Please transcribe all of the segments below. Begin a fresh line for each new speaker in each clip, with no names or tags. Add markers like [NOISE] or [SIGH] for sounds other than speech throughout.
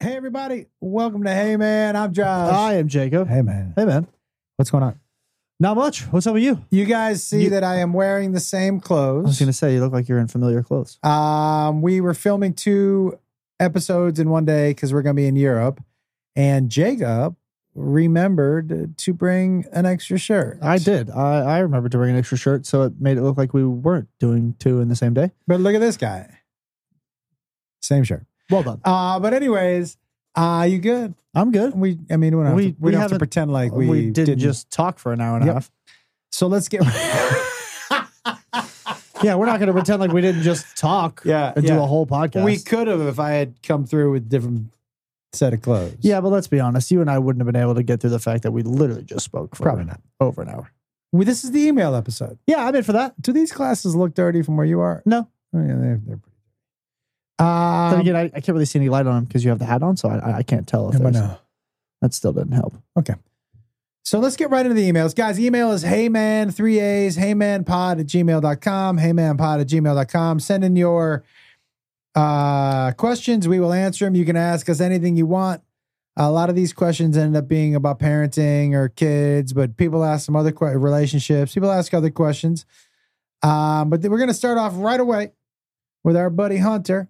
Hey, everybody. Welcome to Hey Man. I'm Josh.
I am Jacob.
Hey, man.
Hey, man.
What's going on?
Not much. What's up with you?
You guys see
You-
that I am wearing the same
I was
clothes.
going to say, you look like you're in familiar clothes.
Um, we were filming two episodes in one day because we're going to be in Europe. And Jacob remembered to bring an extra shirt.
I did. I, I remember to bring an extra shirt, so it made it look like we weren't doing two in the same day.
But look at this guy. Same shirt.
Well done.
Uh, but anyways, uh, you good?
I'm good.
We, I mean, we don't have,
We-
to, we
we
don't have to
haven't-
pretend like we,
didn't, just talk for an hour and
Yep.
a half.
So let's
[LAUGHS]
get. [LAUGHS]
Yeah, we're not going to pretend like we didn't just talk
yeah,
and do a whole podcast.
We could have if I had come through with different set of clothes.
yeah, but let's be honest. You and I wouldn't have been able to get through the fact that we literally just spoke for
Probably not.
over an hour.
Well, this is the email episode.
Yeah, I'm in for that.
Do these classes look dirty from where you are?
No.
Oh, yeah, they're, they're pretty.
then
Um,
again, I, I can't really see any light on him because you have the hat on, so I, I- I can't tell if
no, but
there's,
no.
that still didn't help.
So let's get right into the emails. Guys, email is heyman, three A's, heymanpod at gmail.com, heymanpod at gmail.com. Send in your uh, questions. We will answer them. You can ask us anything you want. A lot of these questions end up being about parenting or kids, but people ask some other que- relationships. People ask other questions. Um, but th- we're going to start off right away with our buddy Hunter.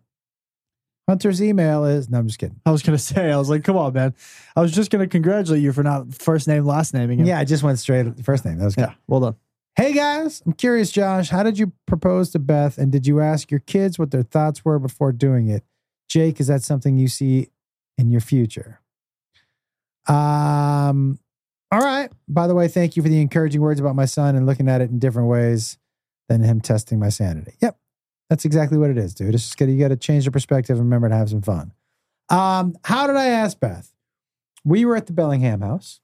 Hunter's email is, no, I'm just kidding.
I was gonna [LAUGHS] say, I was like, come on, man. I was just gonna congratulate you for not first name, last naming him.
Yeah, I just went straight at the first name. That was good.
Yeah. Well done.
Hey guys, I'm curious, Josh. How did you propose to Beth, and did you ask your kids what their thoughts were before doing it? Jake, is that something you see in your future? Um, all right. By the way, thank you for the encouraging words about my son and looking at it in different ways than him testing my sanity. Yep, that's exactly what it is, dude. It's just good. You got to change the perspective and remember to have some fun. Um, how did I ask Beth? We were at the Bellingham house.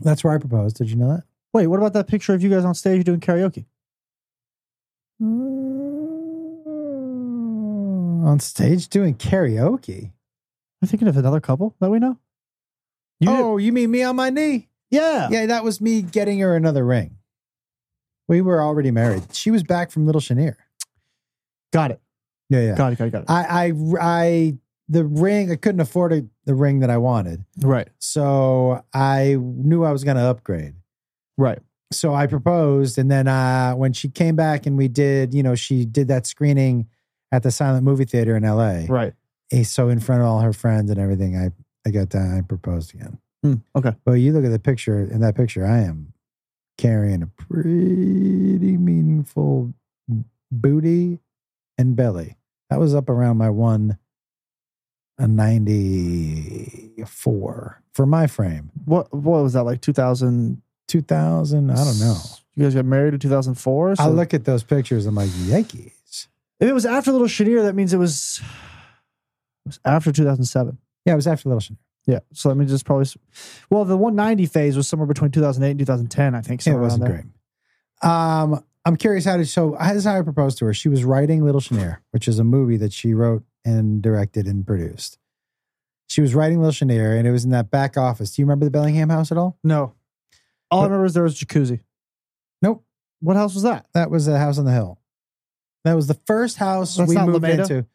That's where I proposed. Did you know that?
Wait, what about that picture of you guys on stage doing karaoke?
Mm, On stage doing karaoke.
I'm thinking of another couple that we know. You did-
oh, you mean me on my knee?
yeah.
Yeah, that was me getting her another ring. We were already married. She was back from Little Chenier.
Got it.
Yeah, yeah.
Got it. Got it. Got it.
I, I, I, the ring. I couldn't afford a, the ring that I wanted,
right.
so I knew I was going to upgrade.
Right.
so I proposed, and then uh, when she came back and we did, you know, she did that screening at the silent movie theater in L.A.
Right.
Eh, So in front of all her friends and everything, I I got that I proposed again.
Hmm, okay.
But you look at the picture in that picture, I am carrying a pretty meaningful booty and belly. That was up around my one a ninety four for my frame.
What What was that like? 2000.
Two thousand, I don't know.
You guys got married in 2004.
I
so-
look at those pictures. I'm like, Yankees.
If it was after Little Chenier, that means it was. It was after 2007.
Yeah, it was after Little Chenier.
Yeah. So that means it's probably. s- Well, the 190 phase was somewhere between 2008 and 2010. I think.
Yeah, it
somewhere around
wasn't
there.
great. Um, I'm curious how to. So this is how I proposed to her. She was writing Little Chenier, which is a movie that she wrote and directed and produced. She was writing Little Chenier, and it was in that back office. Do you remember the Bellingham house at all?
No. All I
But-
remember is there was a jacuzzi.
Nope.
What house was that?
That was the house on the hill. That was the first house
That's
we
not
moved
Lameda?
into.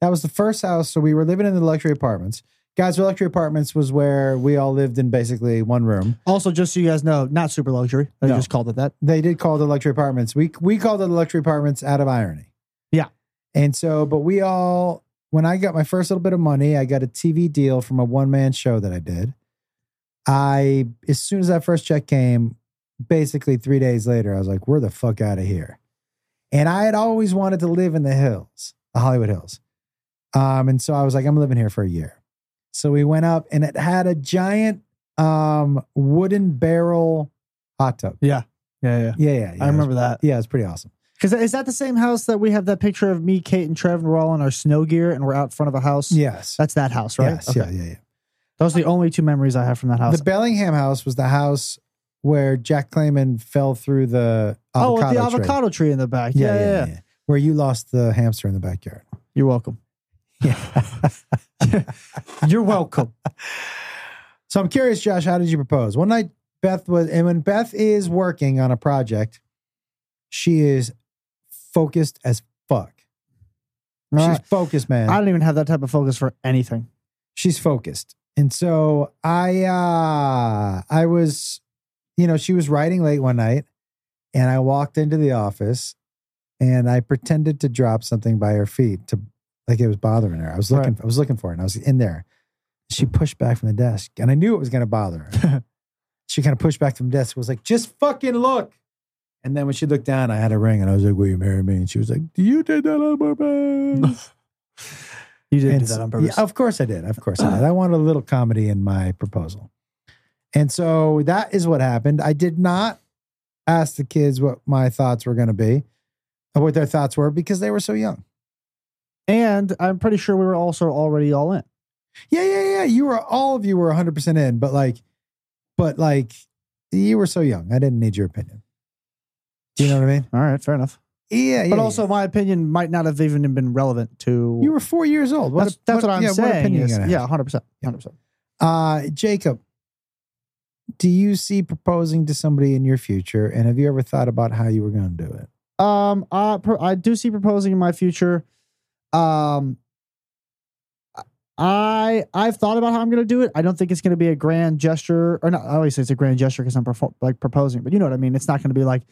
That was the first house. So we were living in the luxury apartments. Guys, the luxury apartments was where we all lived in basically one room.
Also, just so you guys know, not super luxury. They
No.
just called it that.
they did call the luxury apartments. We we called it the luxury apartments out of irony.
Yeah.
And so, but we all when I got my first little bit of money, I got a TV deal from a one man show that I did. I as soon as that first check came, basically three days later, I was like, "We're the fuck out of here." And I had always wanted to live in the hills, the Hollywood Hills. Um, and so I was like, "I'm living here for a year." So we went up, and it had a giant um wooden barrel hot tub.
Yeah, yeah.
Yeah, yeah, yeah.
I remember that.
Yeah, it's pretty awesome.
Because is that the same house that we have that picture of me, Kate, and Trev, and we're all in our snow gear and we're out front of a house?
Yes,
That's that house, right?
Yes,
Okay.
yeah, yeah, yeah.
Those are the only two memories I have from that house.
The Bellingham house was the house where Jack Clayman fell through the avocado
oh, with the
tree.
avocado tree in the back.
Yeah yeah, yeah, yeah. Where you lost the hamster in the backyard.
You're welcome. [LAUGHS]
Yeah.
You're welcome.
so I'm curious, Josh, how did you propose? One night, Beth was, and when Beth is working on a project, she is focused as fuck.
All right.
She's focused, man.
I don't even have that type of focus for anything.
she's focused. And so I uh I was, you know, she was writing late one night and I walked into the office and I pretended to drop something by her feet to like it was bothering her. I was looking I was looking for it and I was in there. She pushed back from the desk and I knew it was gonna bother her. she kind of pushed back from the desk, was like, just fucking look. And then when she looked down, I had a ring and I was like, Will you marry me? And she was like, You did that on purpose.
You didn't do
And
that
so-
on purpose. Ah.
yeah, of course I did. Of course I did. I wanted a little comedy in my proposal. And so that is what happened. I did not ask the kids what my thoughts were going to be or what their thoughts were because they were so young.
And I'm pretty sure we were also already all in.
Yeah, yeah, yeah. You were, all of you were 100% in, but like, but like, you were so young. I didn't need your opinion. Do you know what I mean?
All right, fair enough.
Yeah, yeah.
But
yeah.
also, my opinion might not have even been relevant to.
you were four years old. What,
that's, that's what, I'm
yeah,
saying.
opinion
is-
you gonna have?
yeah, 100. percent 100. percent
Uh, Jacob, do you see proposing to somebody in your future? And have you ever thought about how you were going to do it?
Um, I pro- I do see proposing in my future. Um, I I've thought about how I'm gonna do it. I don't think it's gonna be a grand gesture, or not. Obviously, it's a grand gesture because I'm perfor- like proposing, but you know what I mean. It's not gonna be like,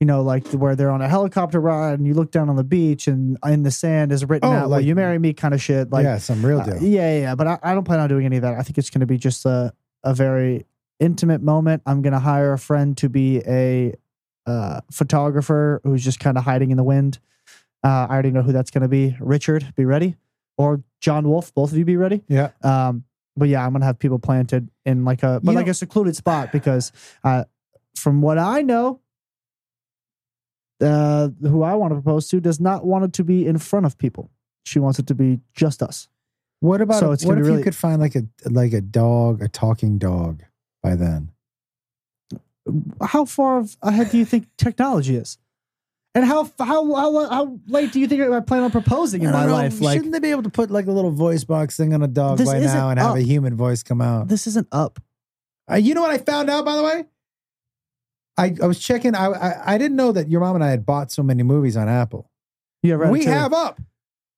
you know, like where they're on a helicopter ride and you look down on the beach and in the sand is written
Oh,
out, "Will
like-
you marry me?" kind of shit. Like,
yeah, some real deal.
Uh, yeah, yeah, yeah. But I, I don't plan on doing any of that. I think it's going to be just a, a very intimate moment. I'm going to hire a friend to be a uh, photographer who's just kind of hiding in the wind. Uh, I already know who that's going to be. Richard, be ready. Or John Wolf, both of you be ready.
Yeah.
Um, but yeah, I'm going to have people planted in like a, but
You
like
know-
a secluded spot because uh, from what I know, uh, who I want to propose to does not want it to be in front of people. She wants it to be just us.
What about
So it's
what
gonna
if
really-
you could find like a like a dog, a talking dog by then?
how far of- ahead do you think technology is? And how how how, how late do you think I plan on proposing in
I
my
don't know.
life? Like
shouldn't they be able to put like a little voice box thing on a dog
This
by
isn't
now and have
up.
a human voice come out?
this isn't up.
Uh, you know what I found out, by the way? I, I was checking. I, I I didn't know that your mom and I had bought so many movies on Apple.
Yeah, right.
we have up.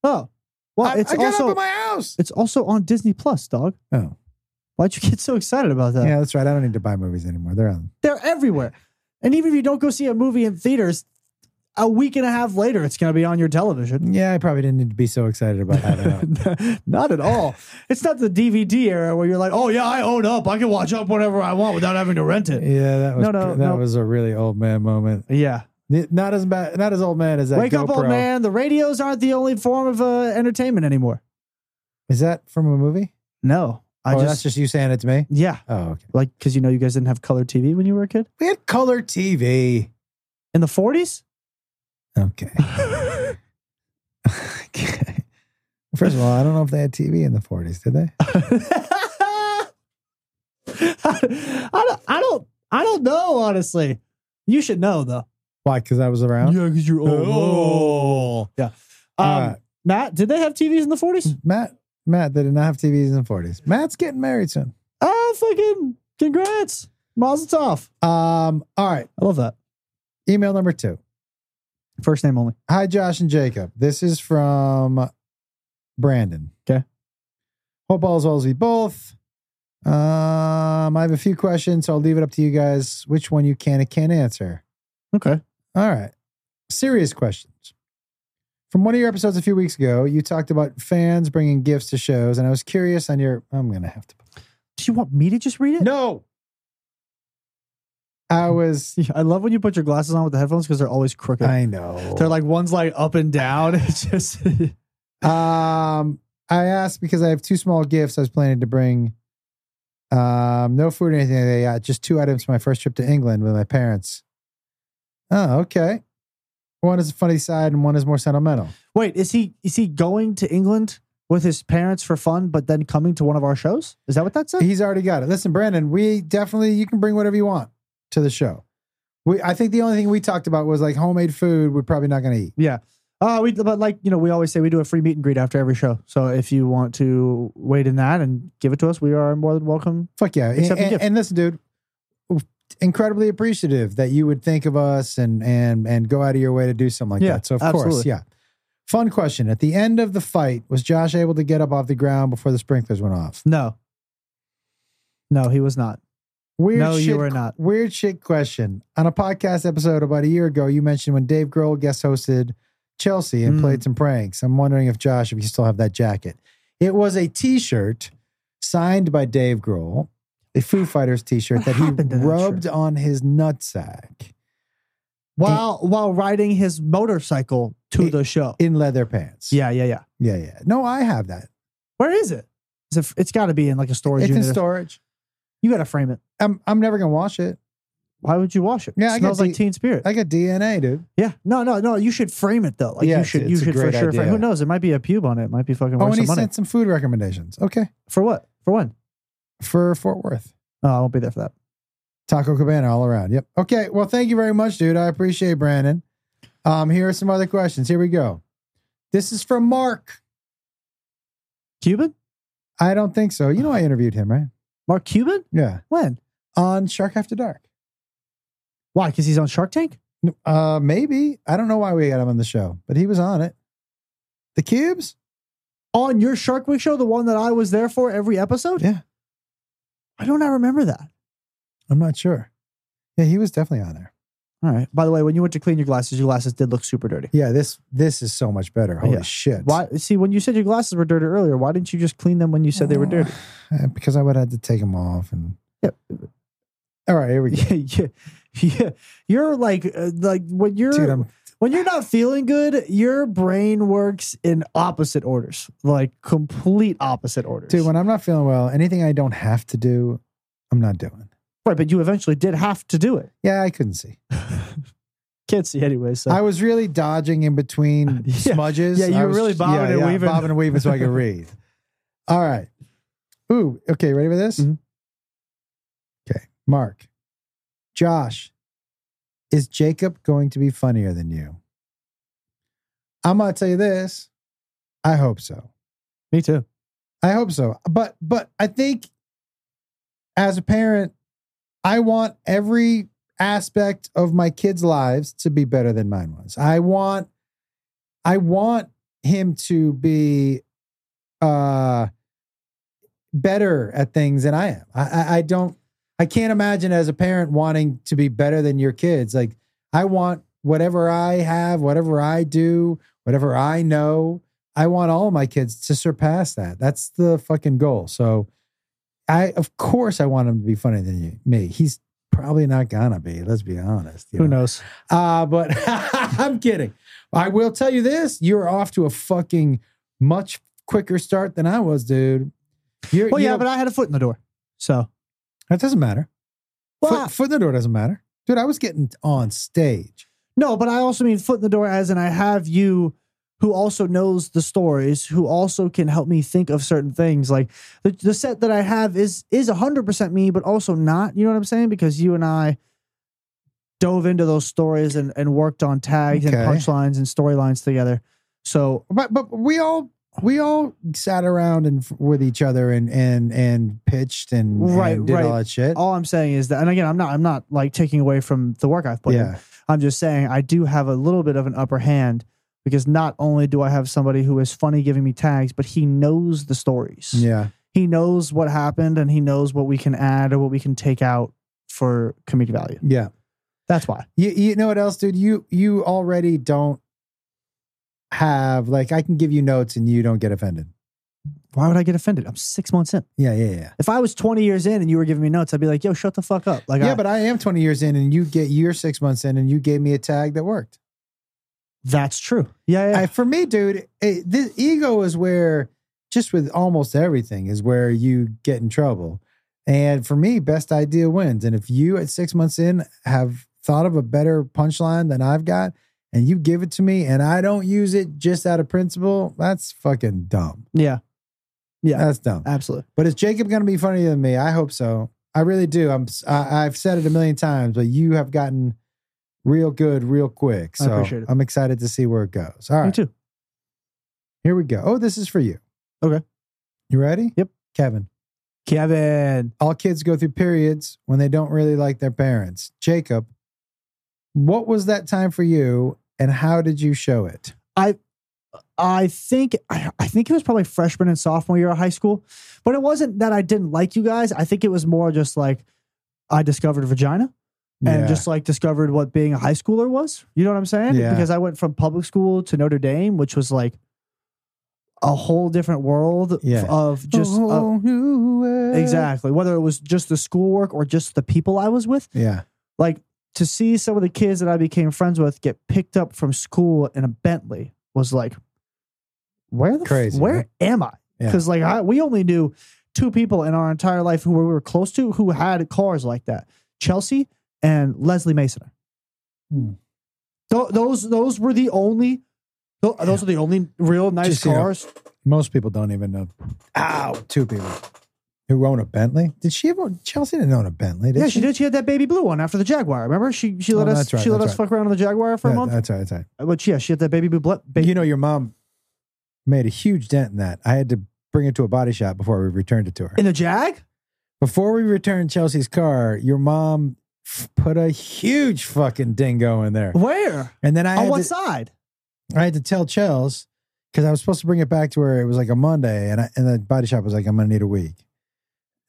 Oh, well,
I,
it's
I got up
also
in my house.
it's also on Disney Plus, dog.
Oh.
Why'd you get so excited about that?
Yeah, that's right. I don't need to buy movies anymore. They're on.
They're everywhere, and even if you don't go see a movie in theaters, a week and a half later, it's going to be on your television.
Yeah, I probably didn't need to be so excited about that. at all.
[LAUGHS] Not at all. It's not the DVD era where you're like, oh yeah, I own up. I can watch up whenever I want without having to rent it.
yeah, that was
No, no,
that
no.
was a really old man moment.
Yeah.
N- Not as bad, not as old man as that.
Wake up, old
GoPro.
man. The radios aren't the only form of uh, entertainment anymore.
Is that from a movie?
No, I
oh, that's
just,
just you saying it to me.
yeah,
Oh, okay.
like because you know you guys didn't have color TV when you were a kid
We had color TV.
in the forties. [LAUGHS]
Okay.
[LAUGHS]
okay. First of all, I don't know if they had TV in the forties. Did they?
I, don't, I don't, I don't know. Honestly, you should know though.
Why? Because I was around.
because you're
Oh.
Yeah. Um,
All right. Hmm.
Matt, did they have TVs in the forties?
Matt, Matt, they did not have TVs in the forties. Matt's getting married soon.
Oh, fucking congrats, Mazel Tov.
Um. All right.
I love that.
Email number two.
First name only.
Hi, Josh and Jacob. This is from Brandon.
Okay.
Hope all's well as we both. Um, I have a few questions, so I'll leave it up to you guys which one you can and can't answer.
Okay.
All right. Serious questions. From one of your episodes a few weeks ago, you talked about fans bringing gifts to shows, and I was curious on your. I'm going to have to.
Do you want me to just read it?
No. I was.
Yeah, I love when you put your glasses on with the headphones because they're always crooked.
I know.
They're like one's like up and down. [LAUGHS] It's just
Um, I asked because I have two small gifts I was planning to bring. Um, no food or anything. like that. Yeah, just two items for my first trip to England with my parents. Oh, okay. One is a funny side, and one is more sentimental.
wait. Is he is he going to England with his parents for fun, but then coming to one of our shows? Is that what that said?
He's already got it. Listen, Brandon, we definitely you can bring whatever you want to the show. We, I think the only thing we talked about was like homemade food. We're probably not going to eat.
Oh, we but like you know we always say we do a free meet and greet after every show. So if you want to wait in that and give it to us, we are more than welcome.
Fuck yeah! And,
Except the
and-
gift.
and listen, dude, incredibly appreciative that you would think of us and and and go out of your way to do something like
Yeah,
that. So of course,
absolutely.
yeah. Fun question. At the end of the fight, was Josh able to get up off the ground before the sprinklers went off?
No. No, he was not.
Weird
No, you
shit,
were not.
Weird shit question. On a podcast episode about a year ago, you mentioned when Dave Grohl guest hosted Chelsea and
Mm.
played some pranks. I'm wondering if Josh, if you still have that jacket. It was a t-shirt signed by Dave Grohl, a Foo Fighters t-shirt
What
that he
happened to that
rubbed
shirt?
on his nutsack
While while riding his motorcycle to
It-
the show.
in leather pants.
yeah, yeah, yeah.
Yeah, yeah. No, I have that.
Where is it? Is it it's got to be in like a storage
it's in
unit.
storage.
you got to frame it.
I'm I'm never gonna wash it.
Why would you wash it?
Yeah, I
it smells
got
like
the-
Teen Spirit.
I got DNA, dude.
yeah, no, no, no. You should frame it though. Like
Yeah,
you
it's-
should, you
it's a
should for
great
sure. Frame.
idea.
Who knows? It might be a pube on it. It might be fucking
Oh,
worth
and he
some money.
sent some food recommendations. Okay.
for what? For when?
For Fort Worth.
Oh, I won't be there for that.
Taco Cabana all around. Yep. Okay. Well, thank you very much, dude. I appreciate it, Brandon. Um, here are some other questions. Here we go. This is from Mark.
Cuban?
I don't think so. You know I interviewed him, right?
Mark Cuban?
Yeah.
When?
On Shark After Dark.
Why? Because he's on Shark Tank.
Uh maybe. I don't know why we got him on the show, but he was on it. The cubes?
On your Shark Week show, the one that I was there for every episode.
Yeah.
Why don't I remember that?
I'm not sure. Yeah, he was definitely on there.
All right. By the way, when you went to clean your glasses, your glasses did look super dirty.
Yeah, this this is so much better. Holy
Oh, Yeah.
shit.
Why? See, when you said your glasses were dirty earlier, why didn't you just clean them when you said they were dirty?
Uh, [SIGHS] Because I would have had to take them off and
Yep.
All right, here we go.
[LAUGHS] yeah, yeah, yeah. You're like, uh, like when you're
Dude, I'm
when you're not feeling good, your brain works in opposite orders, like complete opposite orders.
Dude, when I'm not feeling well, anything I don't have to do, I'm not doing.
right, but you eventually did have to do it.
Yeah, I couldn't see.
Can't see anyway. So
I was really dodging in between
[LAUGHS] Yeah.
smudges.
Yeah, you
I
were
was-
really bobbing and weaving.
bobbing and weaving so I
[LAUGHS]
could read. All right. Ooh, okay, ready for this?
Mhm.
Okay, Mark. Josh, is Jacob going to be funnier than you? I'm going to tell you this. I hope so.
me too.
I hope so. But but I think as a parent, I want every aspect of my kids' lives to be better than mine was. I want I want him to be uh better at things than I am. I I, I don't I can't imagine as a parent wanting to be better than your kids. Like I want whatever I have, whatever I do, whatever I know, I want all of my kids to surpass that. That's the fucking goal. So I of course I want him to be funnier than you, me. He's probably not gonna be, let's be honest. you
Who
know?
knows?
Uh, but [LAUGHS] I'm kidding. I will tell you this: you're off to a fucking much quicker start than I was, dude. You're,
Well,
you
yeah,
know-
but I had a foot in the door. So
that doesn't matter. Foot-
Well, I-
foot, in the door doesn't matter, dude. I was getting on stage.
no, but I also mean foot in the door as in I have you who also knows the stories, who also can help me think of certain things. Like the, the set that I have is is hundred percent me, but also not. You know what I'm saying? Because you and I dove into those stories and, and worked on tags
Okay.
and punchlines and storylines together. So
But but we all we all sat around and with each other and and and pitched and, and
Right,
did
right.
all that shit.
all I'm saying is that, and again, I'm not I'm not like taking away from the work I've put in.
yeah,
I'm just saying I do have a little bit of an upper hand because not only do I have somebody who is funny giving me tags, but he knows the stories.
yeah.
He knows what happened and he knows what we can add or what we can take out for comedic value.
Yeah.
That's why.
You you know what else, dude? You you already don't have like I can give you notes and you don't get offended.
Why would I get offended? I'm six months in.
Yeah, yeah, yeah.
If I was 20 years in and you were giving me notes, I'd be like, yo, shut the fuck up. Like,
yeah,
I-
but I am 20 years in and you get you're six months in and you gave me a tag that worked.
that's true. Yeah, yeah.
I, for me, dude, it, this ego is where just with almost everything is where you get in trouble. And for me, best idea wins. And if you at six months in have thought of a better punchline than I've got and you give it to me and I don't use it just out of principle, that's fucking dumb.
yeah. Yeah.
That's dumb.
Absolutely.
But is Jacob going to be funnier than me? I hope so. I really do. I'm. I, I've said it a million times, but you have gotten real good, real quick.
I
So
appreciate it.
I'm excited to see where it goes. All
Me
right,
too.
here we go. Oh, this is for you.
Okay.
You ready?
Yep.
Kevin,
Kevin.
all kids go through periods when they don't really like their parents. Jacob, what was that time for you, and how did you show it?
I think I, I think it was probably freshman and sophomore year of high school, but it wasn't that I didn't like you guys. I think it was more just like I discovered vagina and
Yeah.
just like discovered what being a high schooler was. You know what I'm saying?
Yeah.
Because I went from public school to Notre Dame, which was like a whole different world f-
Yeah.
of just
A
uh,
whole new world.
exactly whether it was just the schoolwork or just the people I was with
Yeah.
like to see some of the kids that I became friends with get picked up from school in a Bentley was like, where the f-
Crazy,
where
right?
am I?
Yeah.
Because like I, we only knew two people in our entire life who we were close to who had cars like that: Chelsea and Leslie Mason.
Hmm.
Tho- those those were the only. tho- Those are the only real nice
Just, you know,
cars.
Most people don't even know. Ow, two people who own a Bentley. Did she ever? Chelsea didn't own a Bentley. Did
yeah, she did. She had that baby blue one after the Jaguar. Remember, she she let
Oh,
us
that's right,
she let
that's
us fuck around on the Jaguar for a
Yeah,
month.
That's right. That's right.
but yeah, she had that baby blue. bla- ba-
you know, your mom made a huge dent in that. I had to bring it to a body shop before we returned it to her.
in the Jag.
Before we returned Chelsea's car, your mom f- put a huge fucking dingo in there.
Where?
And then I
on
had
what
to,
side?
I had to tell Chels because I was supposed to bring it back to her. It was like a Monday, and I, and the body shop was like, "I'm gonna need a week,"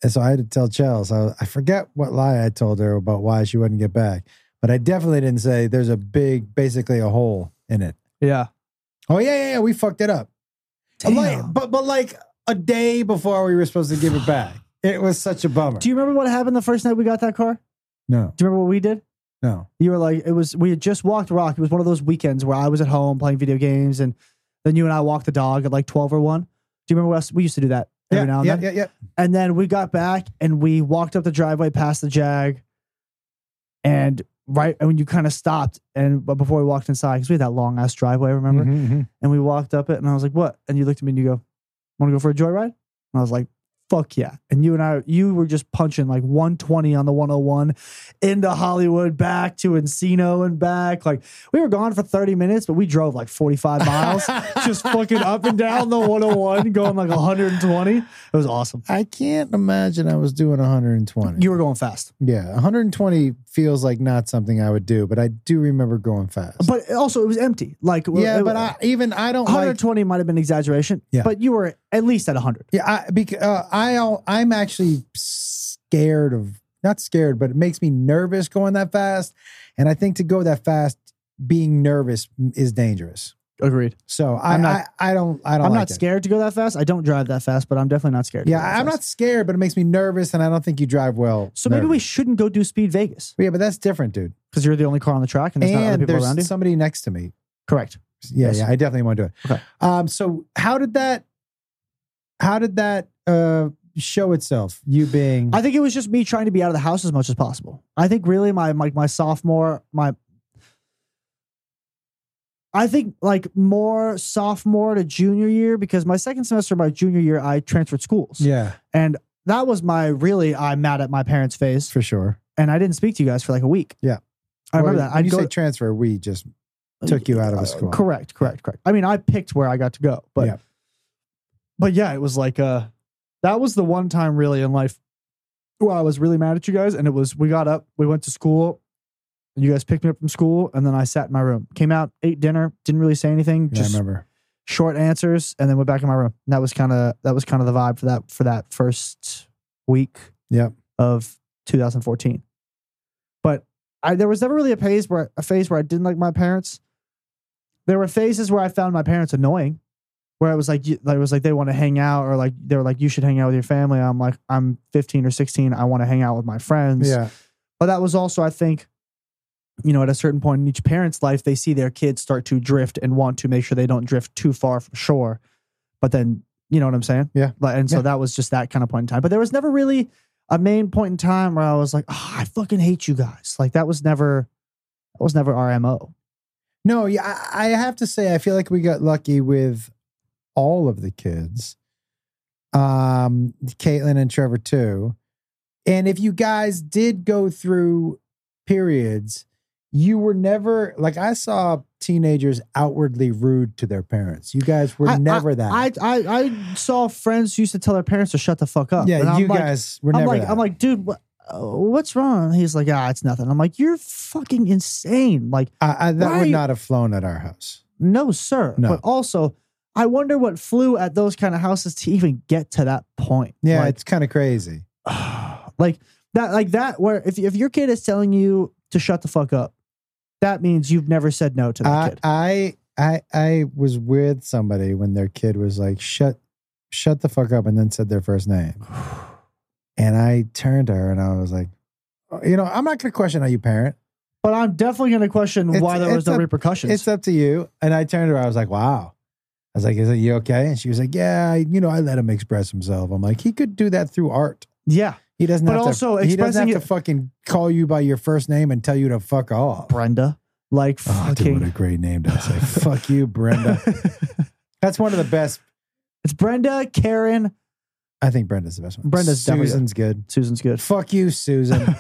and so I had to tell Chels. I, I forget what lie I told her about why she wouldn't get back, but I definitely didn't say there's a big, basically a hole in it.
Yeah.
Oh yeah, yeah, yeah we fucked it up.
Damn.
Like, but but like a day before we were supposed to give it back. It was such a bummer.
Do you remember what happened the first night we got that car?
no,
Do you remember what we did?
no.
You were like, it was we had just walked rock. It was one of those weekends where I was at home playing video games, and then you and I walked the dog at like twelve or one. Do you remember what else? we used to do that every
Yeah,
now and
yeah,
then?
yeah, yeah.
And then we got back and we walked up the driveway past the Jag, and right when you kind of stopped, and but before we walked inside because we had that long ass driveway, remember?
Mhm, mhm.
And we walked up it, and I was like, "What?" And you looked at me and you go, "Want to go for a joyride?" And I was like, "Fuck yeah!" And you and I, you were just punching like 120 on the 101 into Hollywood, back to Encino, and back. Like we were gone for 30 minutes, but we drove like 45
[LAUGHS]
miles, just fucking up and down the 101, going like 120. It was awesome.
I can't imagine I was doing 120.
You were going fast,
yeah, 120 feels like not something I would do, but I do remember going fast.
but also it was empty. Like
yeah,
it-
but I, even I don't like.
120 might have been exaggeration,
Yeah.
but you were at least at 100.
Yeah, I, bec- uh, I al- I'm actually scared of not scared, but it makes me nervous going that fast, and I think to go that fast, being nervous is dangerous.
Agreed.
So I
I'm not-
I, I don't I don't.
I'm
like
not
it.
scared to go that fast. I don't drive that fast, but I'm definitely not scared. to
Yeah,
go that
I'm
fast.
not scared, but it makes me nervous, and I don't think you drive well.
So maybe we
nervous.
shouldn't go do Speed Vegas
Yeah, but that's different, dude.
because you're the only car on the track and there's not other
and
people around you.
there's somebody next to me.
Correct.
Yeah,
Yes.
yeah, I definitely want to do it.
Okay.
Um, so how did that? How did that uh show itself? You being
I think it was just me trying to be out of the house as much as possible. I think really my my, my sophomore my I think like more sophomore to junior year because my second semester of my junior year I transferred schools
yeah,
and that was my really I'm mad at my parents face
for sure.
and I didn't speak to you guys for like a week.
Yeah.
I remember
Or
that.
When
I'd
you
go Uh,
say transfer, we just took you out of a school.
Correct, correct, correct. I mean, I picked where I got to go, but
Yeah.
but yeah, it was like uh that was the one time really in life where I was really mad at you guys, and it was we got up, we went to school, and you guys picked me up from school, and then I sat in my room, came out, ate dinner, didn't really say anything,
Yeah, I
just
remember.
short answers, and then went back in my room. And that was kind of that was kind of the vibe for that for that first week
Yep.
of 2014. But I there was never really a phase where a phase where I didn't like my parents. There were phases where I found my parents annoying, where it was like you- like it was like they want to hang out or like they were like you should hang out with your family. I'm like I'm 15 or 16, I want to hang out with my friends.
Yeah,
But that was also I think you know at a certain point in each parent's life they see their kids start to drift and want to make sure they don't drift too far from shore. But then, you know what I'm saying?
Yeah.
Like, and so
Yeah.
that was just that kind of point in time. But there was never really a main point in time where I was like, oh, I fucking hate you guys. Like that was never that was never RMO.
no, yeah. I, I have to say, I feel like we got lucky with all of the kids, um, Caitlin and Trevor too. And if you guys did go through periods, you were never like I saw teenagers outwardly rude to their parents. You guys were
I-
never that.
I, I I saw friends who used to tell their parents to shut the fuck up. uh, And
yeah,
I'm
you
like,
guys were
I'm
never
like
that.
I'm like, dude, what, uh, what's wrong? He's like, ah, it's nothing. I'm like, you're fucking insane. Like
I, I, that
why are
would
you-
not have flown at our house.
No, sir.
No.
But also, I wonder what flew at those kind of houses to even get to that point.
Yeah,
Like,
it's kind of crazy.
[SIGHS] like that like that where if if your kid is telling you to shut the fuck up that means you've never said no to that
I,
kid
I I I was with somebody when their kid was like shut shut the fuck up and then said their first name. And I turned to her and I was like, "Oh, you know, I'm not going to question how you parent.
[SIGHS] but i'm definitely going to question
It's-
why there was
it's
no
a-
repercussions
It's up to you. And I turned to her. I was like, wow. I was like, is it you okay? And she was like, yeah, I- you know, I let him express himself. I'm like, he could do that through art.
yeah
He doesn't
But
have
also
to, he doesn't
expressing
have to
it-
fucking call you by your first name and tell you to fuck off.
brenda like
Oh, dude, what a
[LAUGHS] fucking
great name to say. fuck you,
[LAUGHS]
Brenda. That's one of the best.
it's brenda karen
I think Brenda's the best one.
Brenda's definitely-
Susan's good.
susan's good
Fuck you, Susan.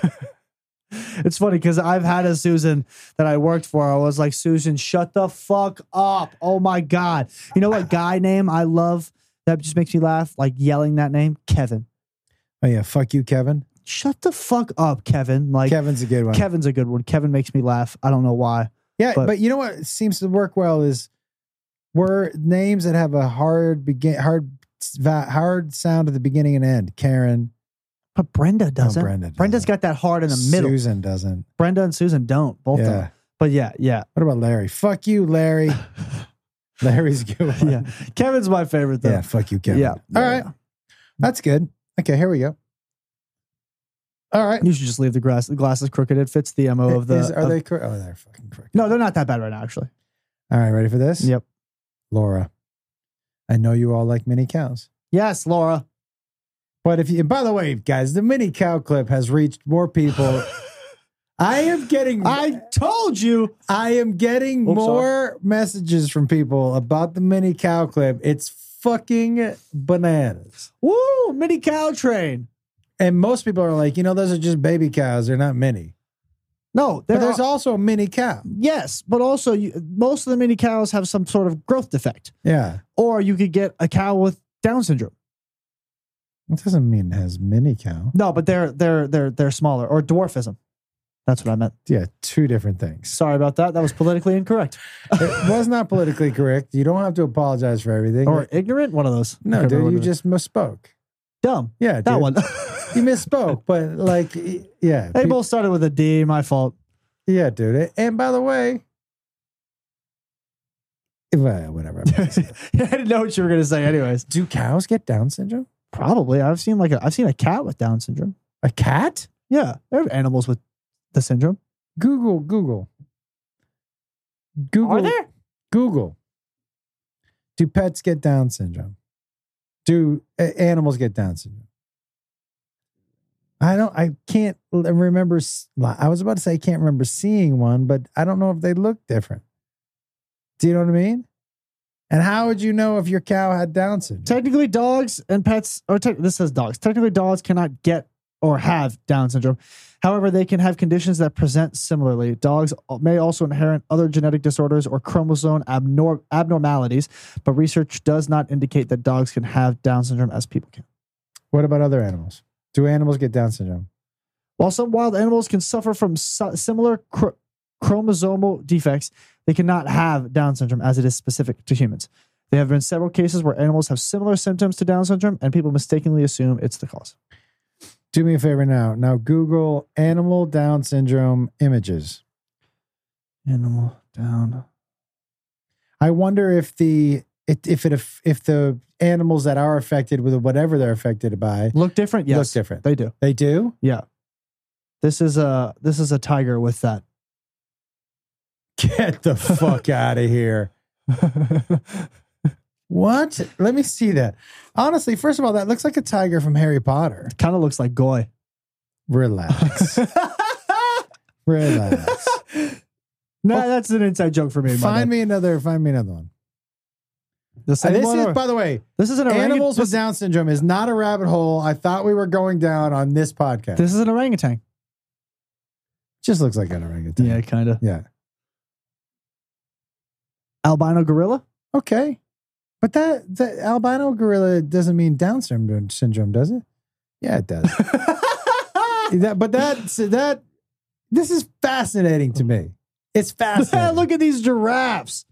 it's funny because i've had a susan that i worked for i was like susan shut the fuck up oh my god you know what guy name i love that just makes me laugh like yelling that name kevin
[LAUGHS] oh yeah, fuck you, Kevin.
shut the fuck up kevin like
Kevin's a good one.
Kevin's a good one. Kevin makes me laugh. I don't know why.
Yeah, but,
But-
you know what seems to work well is were names that have a hard begin, hard, s- va- hard sound at the beginning and end. Karen
But Brenda
No,
doesn't.
Brenda.
Brenda's got that heart in the middle.
Susan doesn't.
Brenda and Susan don't. Both of
yeah.
them. But yeah,
[LAUGHS]
yeah,
What about Larry? Fuck you,
[LAUGHS]
Larry. Larry's a good. One.
yeah. Kevin's my favorite though.
Yeah. Fuck you, Kevin.
Yeah.
All right. That's good. Okay. Here we go. All right.
You should just leave the glass. The glass is crooked. It fits the mo of the.
Is- are
of-
they correct? Oh, they're fucking correct.
no, they're not that bad right now, actually.
All right. Ready for this?
Yep.
Laura, I know you all like mini cows.
Yes, Laura.
But if you, and by the way, guys, the mini cow clip has reached more
[LAUGHS]
people. I am getting, I,
I told you.
I am getting
Oops,
more messages from people about the mini cow clip. It's fucking bananas.
Woo, mini cow train.
And most people are like, you know, those are just baby cows. They're not mini.
No,
But
there
there's
are,
also a mini cow.
yes, but also you, most of the mini cows have some sort of growth defect,
Yeah.
or you could get a cow with Down syndrome.
It doesn't mean it has mini cow.
No, but they're they're they're they're smaller or dwarfism. That's what I meant.
Yeah, two different things.
Sorry about that. That was politically incorrect
It was not politically correct. You don't have to apologize for everything.
or ignorant. One of those. I
no,
can't remember
dude,
what
you
it is.
just misspoke.
dumb.
Yeah,
That
dude. [LAUGHS]
one.
you misspoke, but like, y- yeah,
they
peop-
both started with a D. My fault. [LAUGHS]
yeah, dude. And by the way, well, whatever.
I didn't know what you were gonna say. Anyways,
Do cows get Down syndrome?
probably I've seen like a, I've seen a cat with Down syndrome.
A cat?
Yeah, there are animals with the syndrome.
Google, Google, Google. Google. Do pets get Down syndrome? Do a- animals get Down syndrome? I don't. I can't l- remember. s- li- I was about to say I can't remember seeing one, but I don't know if they look different. Do you know what I mean? And how would you know if your cow had Down syndrome?
Technically, dogs and pets, or te- this says dogs. Technically, dogs cannot get or have Down syndrome. However, they can have conditions that present similarly. Dogs may also inherit other genetic disorders or chromosome abnor- abnormalities, but research does not indicate that dogs can have Down syndrome as people can.
What about other animals? Do animals get Down syndrome?
While some wild animals can suffer from si- similar chro- chromosomal defects, they cannot have Down syndrome as it is specific to humans. There have been several cases where animals have similar symptoms to Down syndrome, and people mistakenly assume it's the cause.
Do me a favor now. Now Google animal Down syndrome images.
Animal down.
I wonder if the it, if it aff- if the animals that are affected with whatever they're affected by
Look different? Yes.
look different.
They do.
They do. [LAUGHS]
Yeah. This is a this is a tiger with that. [LAUGHS]
Get the fuck [LAUGHS] out of here. What? Let me see that. Honestly, first of all, that looks like a tiger from Harry Potter.
kind of looks like Goy.
[LAUGHS] Relax. [LAUGHS] Relax. [LAUGHS]
no, that's an inside joke for me.
find me another. Find me another one.
This,
Uh, this is, by the way,
this is an orangutan.
animals with
this,
Down syndrome is not a rabbit hole. I thought we were going down on this podcast.
this is an orangutan.
just looks like an orangutan.
Yeah, kind of.
Yeah. [LAUGHS]
Albino gorilla.
Okay. But that the albino gorilla doesn't mean Down syndrome, syndrome does it? Yeah, it
[LAUGHS]
does. that, but that so that
[LAUGHS]
this is fascinating to me. It's fascinating. [LAUGHS]
Look at these giraffes.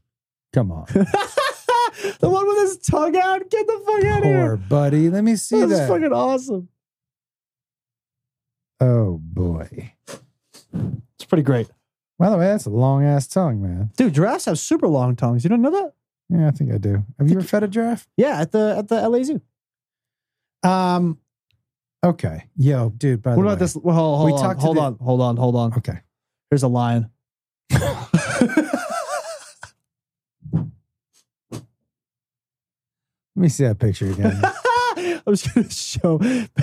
Come on.
the one with his tongue out. Get the fuck out of
Poor
here.
buddy. Let me see
That's
that.
fucking awesome.
oh boy.
It's pretty great.
By the way, that's a long ass tongue, man.
Dude, giraffes have super long tongues. You don't know that?
Yeah, I think I do. Have you ever fed a giraffe?
Yeah, at the at the LA Zoo.
Um. Okay. Yo, dude. By
What
the
about
way.
this? Well, hold,
We
hold on,
talked to
hold
the-
on, hold on, hold on.
Okay.
Here's
[LAUGHS]
a lion.
Let me see that picture
[LAUGHS]
again.
I was gonna show
me [LAUGHS]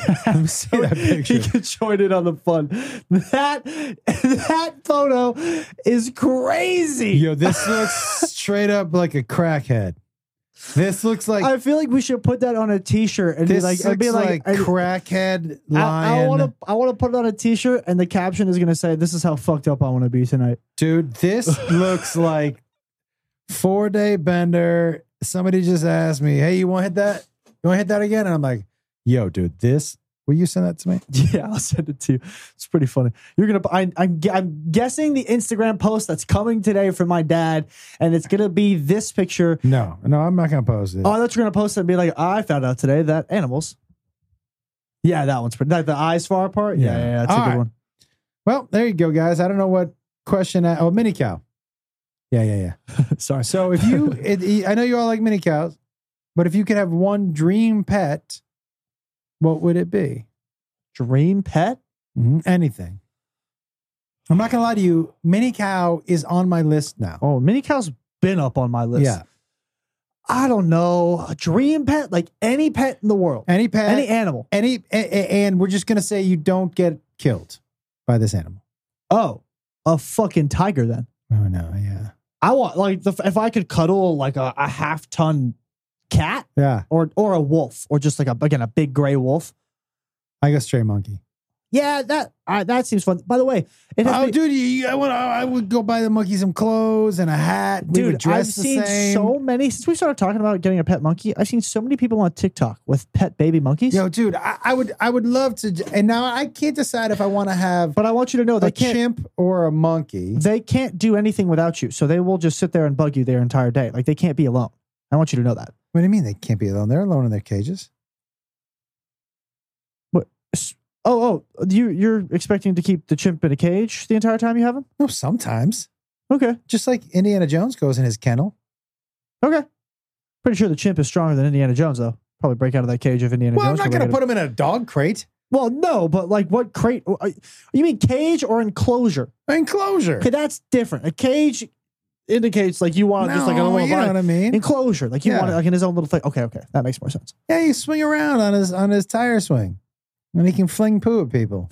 see that picture.
He could join in on the fun. That that photo is crazy.
Yo, this looks straight up like a crackhead. This looks like
I feel like we should put that on a T-shirt and be
this
like,
looks
and be
like,
like, I-
crackhead
I,
lion.
want to, I want to put it on a T-shirt, and the caption is gonna say, "This is how fucked up I want to be tonight." [LAUGHS]
Dude, this looks like four day bender. Somebody just asked me, "Hey, you want to hit that? You want to hit that again?" And I'm like, "Yo, dude, this. Will you send that to me?"
Yeah, I'll send it to you. It's pretty funny. You're gonna. I, I'm. gu- I'm guessing the Instagram post that's coming today from my dad, and it's gonna be this picture.
No, no, I'm not gonna post it.
Oh, I thought you were gonna post it and be like, "I found out today that animals." Yeah, that one's pretty. Like the eyes far apart. Yeah,
Yeah.
yeah, yeah, that's a
All
good
right.
one. [LAUGHS]
well, there you go, guys. I don't know what question. I, oh, mini cow. Yeah, yeah, yeah.
Sorry.
So if
[LAUGHS]
you, it, it- I know you all like mini cows, but if you could have one dream pet, what would it be?
Dream pet.
Mm-hmm. Anything. I'm not gonna lie to you. Mini cow is on my list now.
Oh, mini cow's been up on my list.
yeah,
I don't know. A dream pet, like any pet in the world,
any pet,
any animal.
any a- a- and we're just going to say you don't get killed by this animal
Oh, a fucking tiger then.
oh no yeah
I want like the, if I could cuddle like a, a half ton cat
yeah
or or a wolf or just like a again a big gray wolf.
i got stray monkey
Yeah, that I, that seems fun. By the way, it has
oh
been-
dude you- you, I, would, I would go buy the monkey some clothes and a hat we would
dude, I've
dress the
seen
same
so many since we started talking about getting a pet monkey. I've seen so many people on TikTok with pet baby monkeys.
yo dude I, I would i would love to j- and now i can't decide if i want to have
but I want you to know they
a
can't
chimp or a monkey
they can't do anything without you. So they will just sit there and bug you their entire day. Like they can't be alone. I want you to know that.
what do you mean they can't be alone they're alone in their cages
Oh, oh, you you're expecting to keep the chimp in a cage the entire time you have him?
no sometimes
Okay,
just like indiana jones goes in his kennel
okay. Pretty sure the chimp is stronger than Indiana Jones though. Probably break out of that cage if Indiana
well i'm
Jones.
not
could
going to
break out
put him in a dog crate
of- Well, no, but like what crate? uh, You mean cage or enclosure?
enclosure
Okay, that's different. A cage indicates like you want just like a
No,
little
you know what i mean
enclosure, like you
Yeah.
want it like in his own little thing. Okay, okay, that makes more sense.
Yeah, he swing around on his on his tire swing, and he can fling poo at people.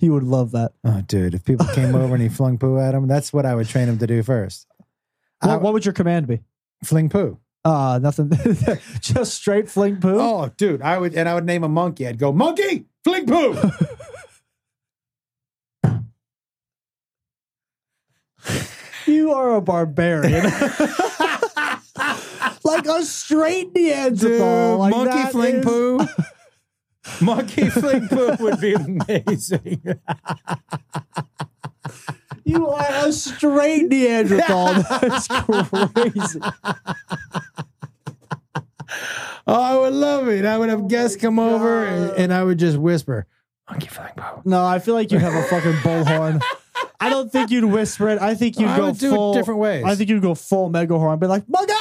you would love that.
Oh, dude! If people came over and he flung poo at him, that's what I would train him to do first. I-
What, what would your command be?
Fling poo.
Uh nothing. [LAUGHS] just straight fling poo.
Oh, dude! I would and I would name a monkey. I'd go monkey fling [LAUGHS] poo.
You are a
[LAUGHS]
barbarian. like a straight
Dude,
Neanderthal. Like
monkey
that
fling [LAUGHS]
is-
poo. monkey fling poo would be amazing.
You are a
[LAUGHS]
straight Neanderthal. That's crazy.
Oh, I would love it. I would have guests come over and,
God.
and I would just whisper, "Monkey fling poo."
No, I feel like you have a fucking bullhorn. I don't think you'd whisper it. I think you'd
I
go
would do
full.
it different ways.
I think you'd go full megahorn and be like, "Monkey,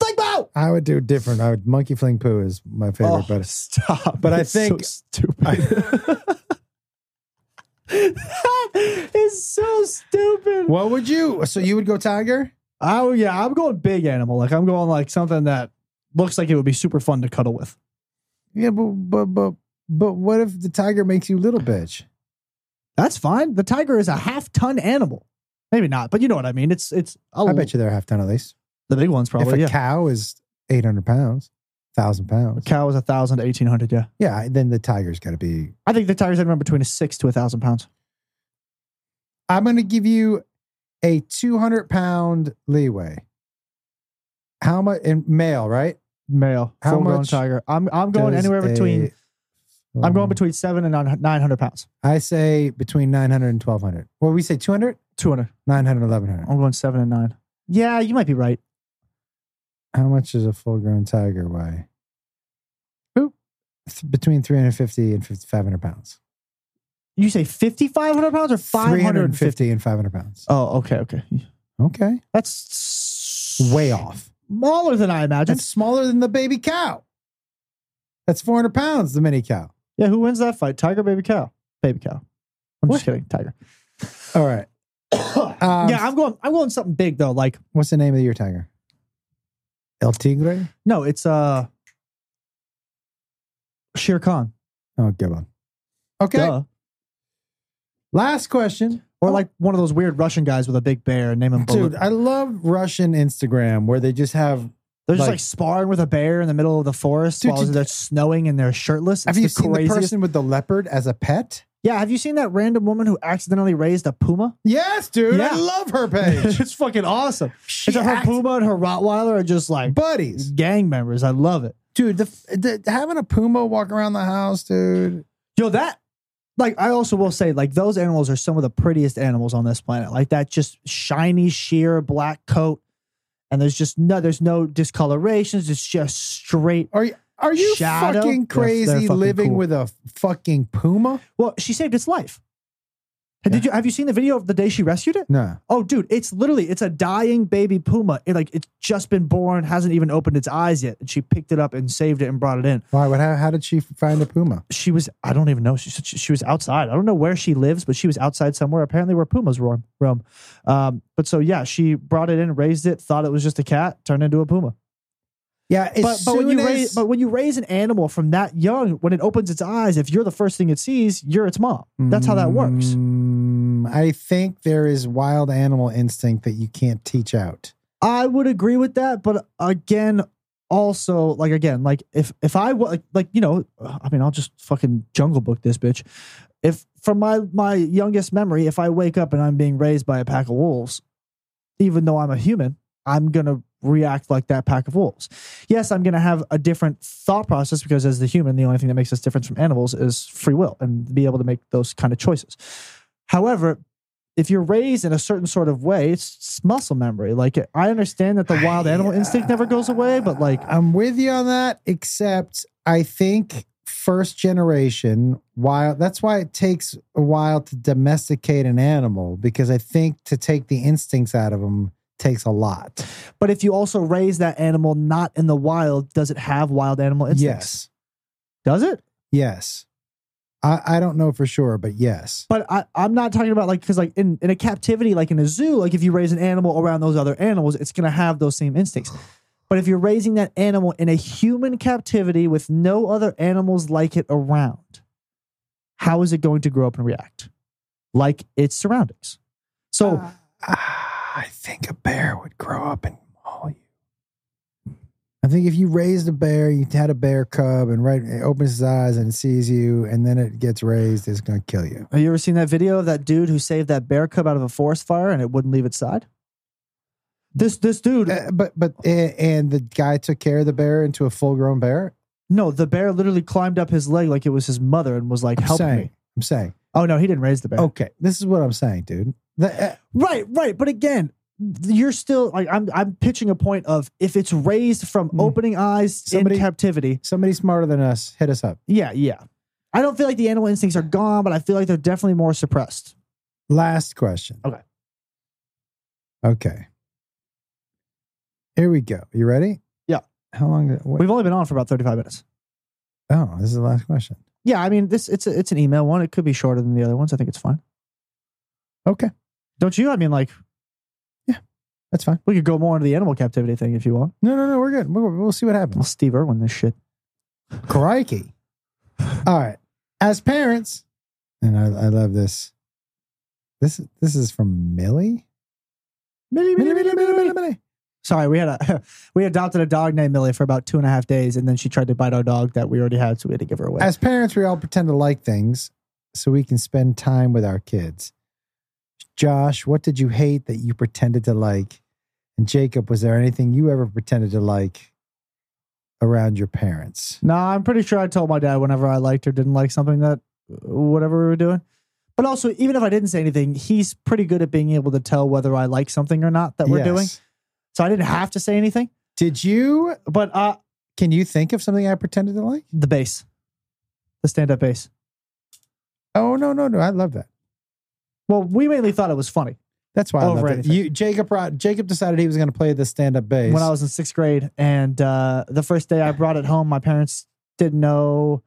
fling poo."
I would do different. I would monkey fling poo is my favorite,
Oh,
but
stop!
but I
It's so
think-
stupid. [LAUGHS] that is so stupid.
What would you? So you would go tiger?
Oh yeah, I'm going big animal. Like I'm going like something that looks like it would be super fun to cuddle with.
Yeah, but but but but what if the tiger makes you little bitch?
That's fine. The tiger is a half ton animal. Maybe not, but you know what I mean. It's it's. A
I bet you they're half ton at least.
the big ones
if a
probably. Yeah,
cow is eight hundred pounds, thousand
a
pounds,
cow is a thousand to eighteen hundred. Yeah,
yeah, then the tiger's got to be.
I think the tiger's anywhere between a six to a thousand pounds.
I'm going to give you a two hundred pound leeway. How much in male? Right?
Male,
How
full grown
much
tiger. I'm I'm going
Does
anywhere between.
a-
I'm going between seven and nine hundred pounds.
I say between 900 and 1200. Well, we say 200,
Two hundred.
900, 1100.
I'm going seven and nine. Yeah, you might be right.
How much does a full grown tiger weigh? Boop. Th- between 350 and 50, 500 pounds.
You say 5,500 pounds or 550?
350 and 500 pounds.
Oh, okay, okay.
Okay.
That's
Way off.
Smaller than I imagined.
That's smaller than the baby cow. That's 400 pounds, the mini cow.
Yeah, who wins that fight? Tiger, baby cow, baby cow. I'm
What?
just
[COUGHS]
kidding, tiger.
All right. Um,
yeah, I'm going. I'm going something big though. Like
What's the name of your tiger? El Tigre?
no, it's uh, Shere Khan.
Oh, good one. Okay.
Duh.
Last question.
Or like one of those weird Russian guys with a big bear. Name him.
Oh. Dude,
Dude,
I love Russian Instagram where they just have
they're just
like-
like, sparring with a bear in the middle of the forest
Dude,
while
did-
they're snowing and they're shirtless. It's
Have
the
you seen
craziest-
the person with the leopard as a pet?
Yeah, have you seen that random woman who accidentally raised
[LAUGHS]
a puma?
Yes, dude. I
Yeah.
love her page.
[LAUGHS] it's fucking awesome.
[LAUGHS] She
It's like her
acts-
puma and her Rottweiler are just like
buddies,
gang members. I love it.
dude. The, the having a puma walk around the house, dude.
Yo, that like I also will say, like those animals are some of the prettiest animals on this planet. Like that just shiny, sheer black coat. And there's just no there's no discolorations. It's just straight.
Are you
Shadow?
fucking
They're- they're
crazy
fucking
living
cool.
with a fucking puma?
Well, she saved its life. And Did you have you seen the video of the day she rescued it?
No,
Oh, dude, it's literally it's a dying baby puma. It like it's just been born, hasn't even opened its eyes yet, and she picked it up and saved it and brought it in.
why? What? How, how did she find a puma?
She was I don't even know. She said she, she was outside. I don't know where she lives, but she was outside somewhere. Apparently, where pumas roam. roam. Um, but so yeah, she brought it in, raised it, thought it was just a cat, turned into a puma.
Yeah, as
But, but when
soon
you
as-
raise but when you raise an animal from that young, when it opens its eyes, if you're the first thing it sees, you're its mom. That's how that works.
Mm, I think there is wild animal instinct that you can't teach out.
I would agree with that, but again, also like again, like if if I wa- like, like you know, I mean, I'll just fucking jungle book this bitch. If from my my youngest memory, if I wake up and I'm being raised by a pack of wolves, even though I'm a human, I'm gonna react like that pack of wolves. Yes, I'm gonna have a different thought process because as the human, the only thing that makes us different from animals is free will and be able to make those kind of choices. However, if you're raised in a certain sort of way, it's, it's muscle memory. Like I understand
Ah,
that the wild animal instinct never goes away, but like
uh, I'm with you on that, except I think first generation wild that's why it takes a while to domesticate an animal because I think to take the instincts out of them takes a lot.
But if you also raise that animal not in the wild, does it have wild animal instincts?
Yes.
Does it?
Yes. I, I don't know for sure, but yes.
But I, I'm not talking about like because like in, in a captivity, like in a zoo, like if you raise an animal around those other animals, it's gonna have those same instincts. But if you're raising that animal in a human captivity with no other animals like it around, how is it going to grow up and react? Like its surroundings. So
Uh, I think a bear would grow up and maul you. I think if you raised a bear, you had a bear cub, and right, it opens its eyes and it sees you, and then it gets raised, it's going to kill you.
Have you ever seen that video of that dude who saved that bear cub out of a forest fire and it wouldn't leave its side? This this dude,
Uh, but but a- and the guy took care of the bear into a full grown bear.
no, the bear literally climbed up his leg like it was his mother and was like,
I'm
"Help
saying,
me!"
I'm saying.
Oh no, he didn't raise the bear.
Okay, this is what I'm saying, dude. The, uh,
Right, right. But again, you're still like I'm. I'm pitching a point of if it's raised from
Hmm.
opening eyes
Somebody-
in captivity.
somebody smarter than us hit us up.
Yeah, yeah. I don't feel like the animal instincts are gone, but I feel like they're definitely more suppressed.
Last question.
Okay.
Okay. Here we go. You ready?
Yeah.
How long? Did, what,
We've only been on for about 35 minutes.
oh, this is the last question.
Yeah, I mean this. It's a, it's an email one. It could be shorter than the other ones. I think it's fine.
Okay,
Don't you? I mean, like.
that's fine.
We could go more into the animal captivity thing if you want.
No, no, no. We're good. We'll, we'll see what happens.
[LAUGHS] Well, Steve Irwin, this shit.
Crikey. All right. As parents, and I, I love this. This this is from Millie.
Millie,
Millie, Millie, Millie, Millie, Millie.
Sorry, we had a [LAUGHS] we adopted a dog named Millie for about two and a half days, and then she tried to bite our dog that we already had, so we had to give her away.
As parents, we all pretend to like things so we can spend time with our kids. Josh, what did you hate that you pretended to like? And Jacob, was there anything you ever pretended to like around your parents?
no, I'm pretty sure I told my dad whenever I liked or didn't like something that whatever we were doing. But also, even if I didn't say anything, he's pretty good at being able to tell whether I like something or not that we're doing.
Yes.
So I didn't have to say anything.
Did you?
But uh,
Can you think of something I pretended to like?
the bass, the stand-up bass.
Oh no, no, no! I love that.
Well, we mainly thought it was funny
That's why I
Over
love it.
anything.
You, Jacob brought. Jacob decided he was going to play the stand-up bass.
when I was in sixth grade, and uh, the first day I brought it home, my parents didn't know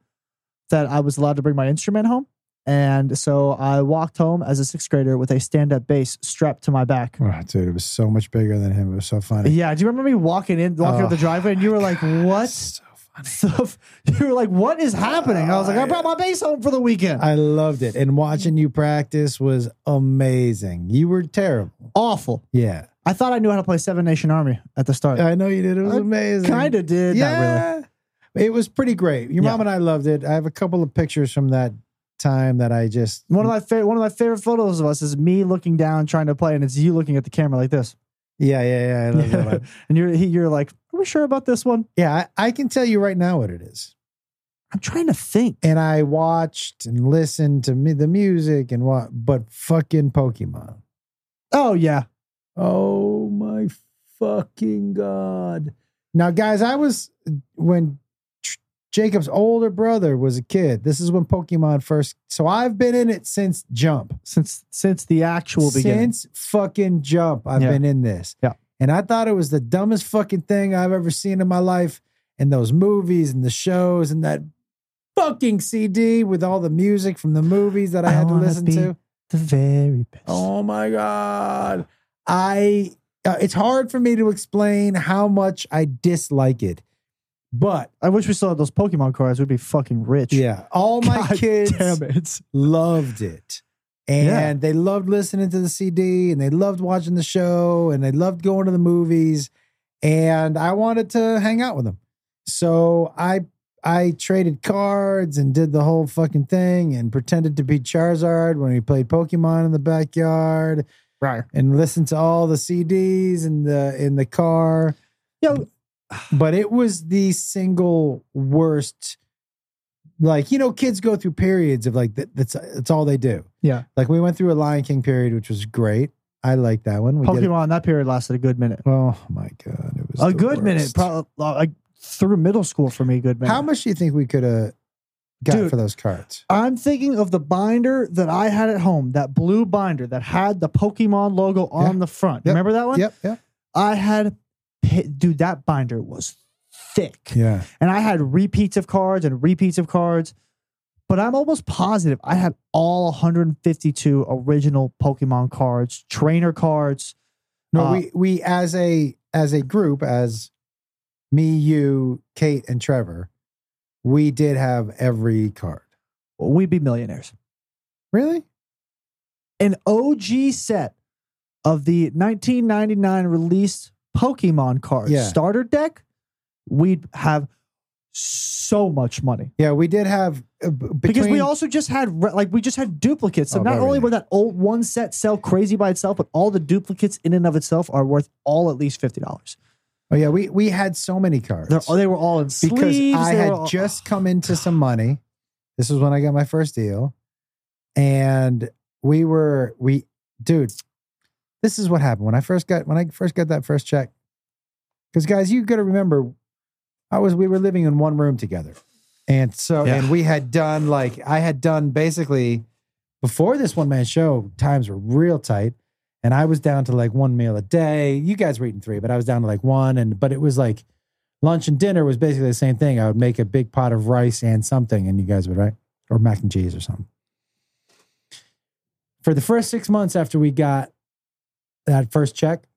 that I was allowed to bring my instrument home, and so I walked home as a sixth grader with a stand-up bass strapped to my back.
Oh, dude, it was so much bigger than him. It was so funny.
Yeah, do you remember me walking in, walking
Oh,
up the driveway, and you were like, "What?"
So funny.
stuff. [LAUGHS] You were like, "What is happening?" I was like, "I brought my bass home for the weekend."
I loved it, and watching you practice was amazing. You were terrible.
Awful.
Yeah,
I thought I knew how to play Seven Nation Army at the start.
I know you did. It was
I
amazing.
kind of did. Not really.
Yeah. It was pretty great. Your
Yeah.
mom and I loved it. I have a couple of pictures from that time that I just
One of my favorite one of my favorite photos of us is me looking down trying to play, and it's you looking at the camera like this,
Yeah, yeah, yeah. I love that
[LAUGHS]
one.
and you're he, you're like, "Are we sure about this one?"
yeah, I, I can tell you right now what it is.
I'm trying to think.
And I watched and listened to me, the music and what, but fucking Pokemon.
Oh yeah,
Oh my fucking god! Now, guys, I was when Tr- Jacob's older brother was a kid. This is when Pokemon first. So I've been in it since Jump.
since since the actual beginning.
Since fucking jump, I've
Yeah.
been in this.
Yeah.
And I thought it was the dumbest fucking thing I've ever seen in my life. And those movies and the shows and that fucking CD with all the music from the movies that I,
I
had to
wanna
listen
be-
to.
The very best.
Oh my god! I uh, it's hard for me to explain how much I dislike it, but
I wish we still had those Pokemon cards. We'd be fucking rich.
yeah, all my
[LAUGHS] God
kids
Damn it.
loved it. And
Yeah.
they loved listening to the CD and they loved watching the show and they loved going to the movies. And I wanted to hang out with them. So I I traded cards and did the whole fucking thing and pretended to be Charizard when we played Pokemon in the backyard
Right.
and listened to all the CDs in the in the car.
Yo,
But it was the single worst like you know kids go through periods of like that, that's that's all they do.
Yeah.
Like we went through a Lion King period, which was great. I like that one. We did it.
Pokemon that period lasted a good minute.
Oh my god, it was
a
the
good minute,
worst.
probably like through middle school for me. a Good minute.
How much do you think we could have got
Dude.
for those cards?
I'm thinking of the binder that I had at home, that blue binder that had the Pokemon logo on the front.
Yep.
Remember that one?
Yep, yep,
I had, pi- dude, that binder was thick,
yeah.
and I had repeats of cards and repeats of cards. But I'm almost positive I had all 152 original Pokemon cards, trainer cards.
No,
Uh,
we we as a as a group, as me, you, Kate, and Trevor, we did have every card.
We'd be millionaires.
Really?
an OG set of the 1999 released Pokemon cards
Yeah.
starter deck, we'd have so much money
Yeah, we did have uh, b-
because we
between-
also just had re- like we just had duplicates. So
Oh,
not
very
only
nice.
would that old one set sell crazy by itself, but all the duplicates in and of itself are worth all at least fifty dollars.
Oh yeah, we we had so many cards.
They were all in sleeves.
because I
they were
had
all-
just come into some money. This was when I got my first deal, and we were we, dude. This is what happened when I first got when I first got that first check. Because guys, you got to remember, I was we were living in one room together, and so
Yeah.
and we had done like I had done basically before this one man show. Times were real tight. And I was down to like one meal a day. You guys were eating three, but I was down to like one. And but it was like lunch and dinner was basically the same thing. I would make a big pot of rice and something, and you guys would, right? Or mac and cheese or something. For the first six months after we got that first check,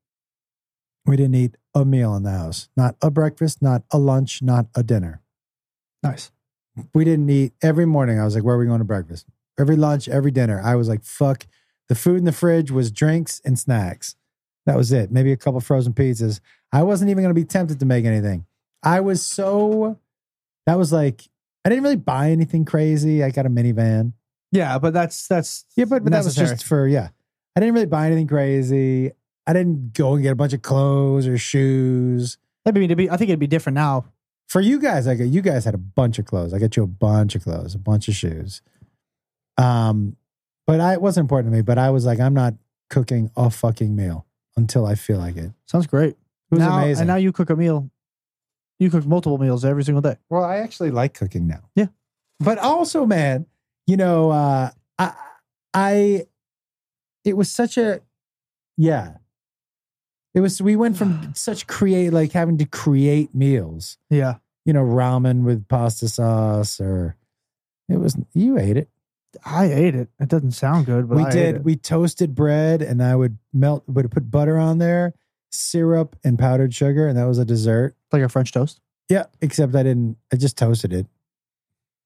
we didn't eat a meal in the house. Not a breakfast, not a lunch, not a dinner.
nice.
We didn't eat every morning. I was like, where are we going to breakfast? Every lunch, every dinner. I was like, fuck. The food in the fridge was drinks and snacks. That was it. Maybe a couple frozen pizzas. I wasn't even going to be tempted to make anything. I was so, that was like, I didn't really buy anything crazy. I got a minivan.
Yeah, but that's that's
Yeah, but, but that was
necessary.
just for, yeah. I didn't really buy anything crazy. I didn't go and get a bunch of clothes or shoes.
I mean, it'd be, I think it'd be different now.
For you guys, I got you guys had a bunch of clothes. I got you a bunch of clothes, a bunch of shoes. Um, but I it wasn't important to me. But I was like, I'm not cooking a fucking meal until I feel like it.
Sounds great.
It was
now,
amazing.
And now you cook a meal. You cook multiple meals every single day.
Well, I actually like cooking now.
Yeah.
But also, man, you know, uh I I it was such a yeah. It was we went
[SIGHS]
from such create like having to create meals,
Yeah.
you know, ramen with pasta sauce or it was you ate it.
I ate it. It doesn't sound good, but
we
I ate
did.
it.
We toasted bread and I would melt would put butter on there, syrup and powdered sugar, and that was a dessert.
like a French toast.
Yeah, except I didn't I just toasted it.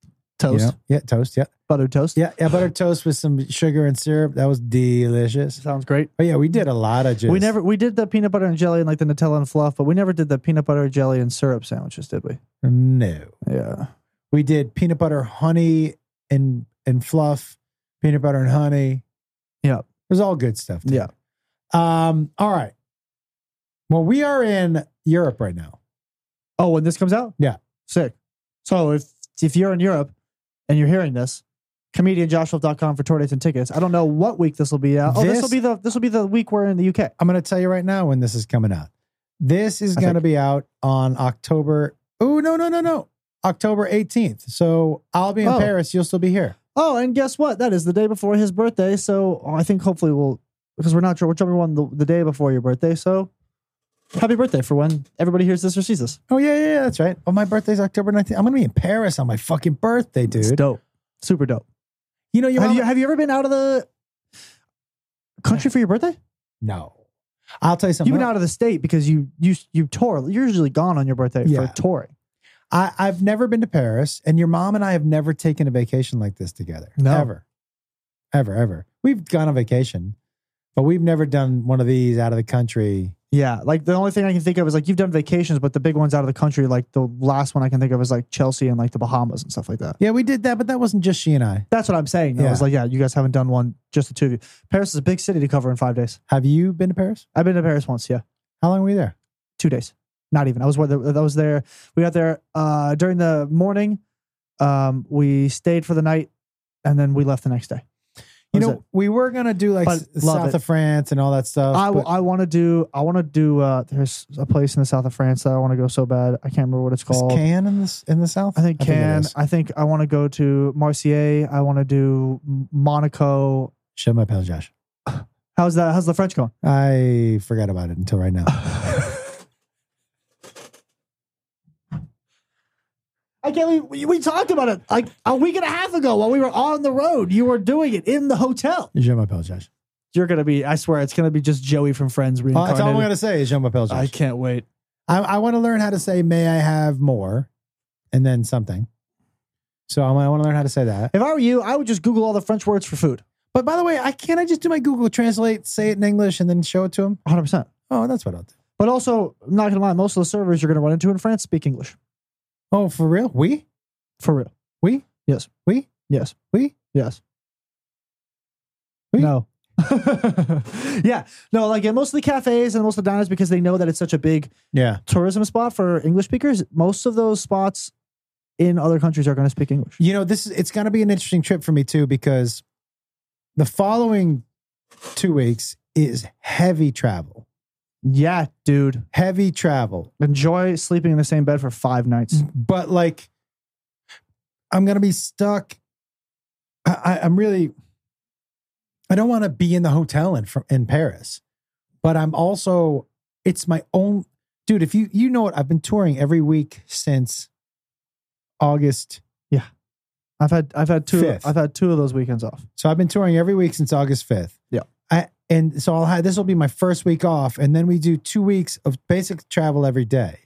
you
Toast.
know? Yeah, toast, yeah.
Buttered toast.
Yeah, yeah, buttered toast with some sugar and syrup. That was delicious.
Sounds great.
But yeah, we did a lot of just.
We never we did the peanut butter and jelly and like the Nutella and fluff, but we never did the peanut butter jelly and syrup sandwiches, did we?
No,
Yeah.
we did peanut butter, honey, and and fluff, peanut butter and honey.
Yeah.
it was all good stuff. dude.
Yeah.
Um. All right. Well, we are in Europe right now.
Oh, when this comes out?
Yeah.
Sick. So if if you're in Europe and you're hearing this, comedianjoshua.com for tour dates and tickets. I don't know what week this will be out. Oh, this
This-
will be the this will be the week we're in the UK.
I'm going to tell you right now when this is coming out. This is
I
going to be out on October. Oh no no no no October 18th. So I'll be in
Oh.
Paris. You'll still be here.
Oh, and guess what? That is the day before his birthday. So oh, I think hopefully we'll because we're not sure we're jumping on the, the day before your birthday. So happy birthday for when everybody hears this or sees this.
Oh yeah, yeah, yeah, that's right. Oh, my birthday's October 19th. I'm gonna be in Paris on my fucking birthday,
It's
dude.
dope. Super dope.
You know, your
Have
mom,
you, have you ever been out of the country for your birthday?
no. I'll tell you something.
You've been out of the state because you you you tour. You're usually gone on your birthday
Yeah.
for touring.
I, I've never been to Paris, and your mom and I have never taken a vacation like this together.
No.
Ever. Ever, ever. We've gone on vacation, but we've never done one of these out of the country.
Yeah, like the only thing I can think of is like you've done vacations, but the big ones out of the country, like the last one I can think of is like Chelsea and like the Bahamas and stuff like that.
Yeah, we did that, but that wasn't just she and I.
That's what I'm saying. though. I was
Yeah.
like, yeah, you guys haven't done one, just the two of you. Paris is a big city to cover in five days.
Have you been to Paris?
I've been to Paris once. Yeah,
How long were you there?
two days. Not even. I was where I was there. We got there uh, during the morning. Um, we stayed for the night, and then we left the next day.
You
That was
know,
it.
we were gonna do like
But
s-
love
south
it.
of France and all that stuff.
I,
but
want to do I want to do uh there's a place in the south of France that I want to go so bad. I can't remember what it's
is
called.
Cannes in the s- in the south.
I think
it
Can.
is.
I think I want to go to Marseille. I want to do M- Monaco.
Show my pal Josh.
How's that? How's the French going?
I forgot about it until right now.
[SIGHS] I can't believe we, we talked about it like a week and a half ago while we were on the road. You were doing it in the hotel.
Je m'appelle Josh.
You're gonna be. I swear, it's gonna be just Joey from Friends
Oh, that's
reincarnated.
all I'm going to say is je m'appelle
I
Josh.
can't wait.
I, I, want to learn how to say may I have more and then something. So I want to learn how to say that.
If I were you, I would just Google all the French words for food.
But by the way, I can't I just do my Google Translate, say it in English, and then show it to him?
100. percent
Oh, that's what I'll do.
But also, I'm not gonna lie, most of the servers you're gonna run into in France speak English
Oh, for real? We?
for real.
We?
Yes.
We?
Yes.
We?
Yes.
We?
No. [LAUGHS] yeah. No, like in most of the cafes and most of the diners, because they know that it's such a big
Yeah.
tourism spot for English speakers, most of those spots in other countries are going to speak English.
You know, this is it's going to be an interesting trip for me too because the following two weeks is heavy travel.
Yeah, dude.
Heavy travel.
Enjoy sleeping in the same bed for five nights.
but like i'm gonna be stuck i, I i'm really i don't want to be in the hotel in fr- in paris but i'm also it's my own dude if you you know it i've been touring every week since august
I've had I've had 2
Fifth.
I've had two of those weekends off.
so i've been touring every week since august 5th
Yeah.
I, and so i'll have this will be my first week off and then we do two weeks of basic travel every day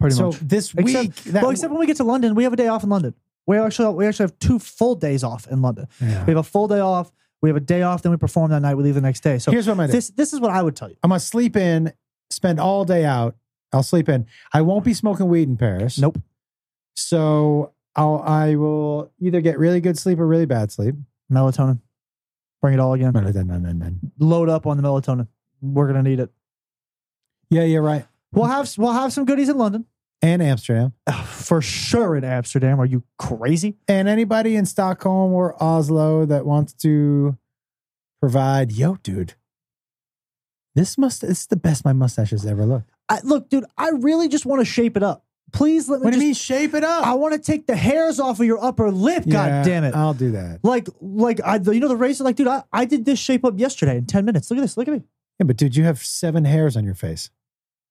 Pretty
so
much.
this
Except-
week that
well, except when we get to London, we have a day off in London. We actually we actually have two full days off in London.
Yeah.
We have a full day off. We have a day off. Then we perform that night. We leave the next day. So
here's what i'm gonna do
this this is what I would tell you.
I'm gonna sleep in, spend all day out. I'll sleep in. I won't be smoking weed in Paris.
Nope.
So I'll I will either get really good sleep or really bad
[LAUGHS]
sleep.
Melatonin. Bring it all again. Load up on the melatonin. We're gonna need it.
Yeah, you're right.
We'll have we'll have some goodies in London
And Amsterdam.
for sure. In Amsterdam, are you crazy?
And anybody in Stockholm or Oslo that wants to provide, yo, dude. This must this is the best my mustache has ever looked.
I, look, dude, I really just want to shape it up. Please let me.
What do
just,
you mean shape it up?
I want to take the hairs off of your upper lip.
Yeah, uh,
God damn it!
I'll do that.
like, like I, you know, the race. Like, dude, I, I did this shape up yesterday in ten minutes. Look at this. Look at me.
Yeah, but dude, you have seven hairs on your face.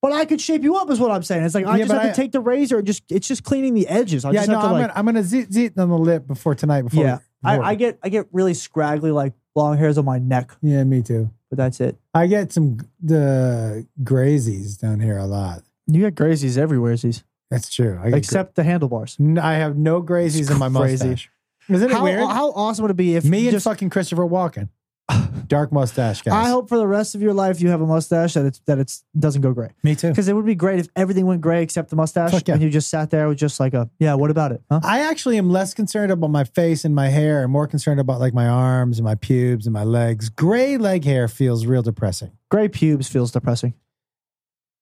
But I could shape you up, is what I'm saying. It's like
Yeah,
I just
but
have
I-
to take the razor and just it's just cleaning the edges. I
yeah,
just
no,
have to
I'm
like
gonna I'm gonna zit zit on the lip before tonight. Before
Yeah. I, I get I get really scraggly like long hairs on my neck,
yeah, me too.
but that's it.
I get some g- the grazies down here a lot.
You got grazies everywhere, Z's.
That's true. I get
Except the handlebars.
gra- N- I have no grazies in my
crazy.
mustache. Isn't it
How,
weird?
how awesome would it be if
Me
you
and
just
fucking Christopher [SIGHS] Walken, dark mustache guys.
I hope for the rest of your life you have a mustache that it's that it's doesn't go gray.
Me too.
Because it would be great if everything went gray except the mustache
Fuck yeah.
and you just sat there with just like a yeah, what about it? Huh?
I actually am less concerned about my face and my hair, and more concerned about like my arms and my pubes and my legs. Gray leg hair feels real depressing.
Gray pubes feels depressing.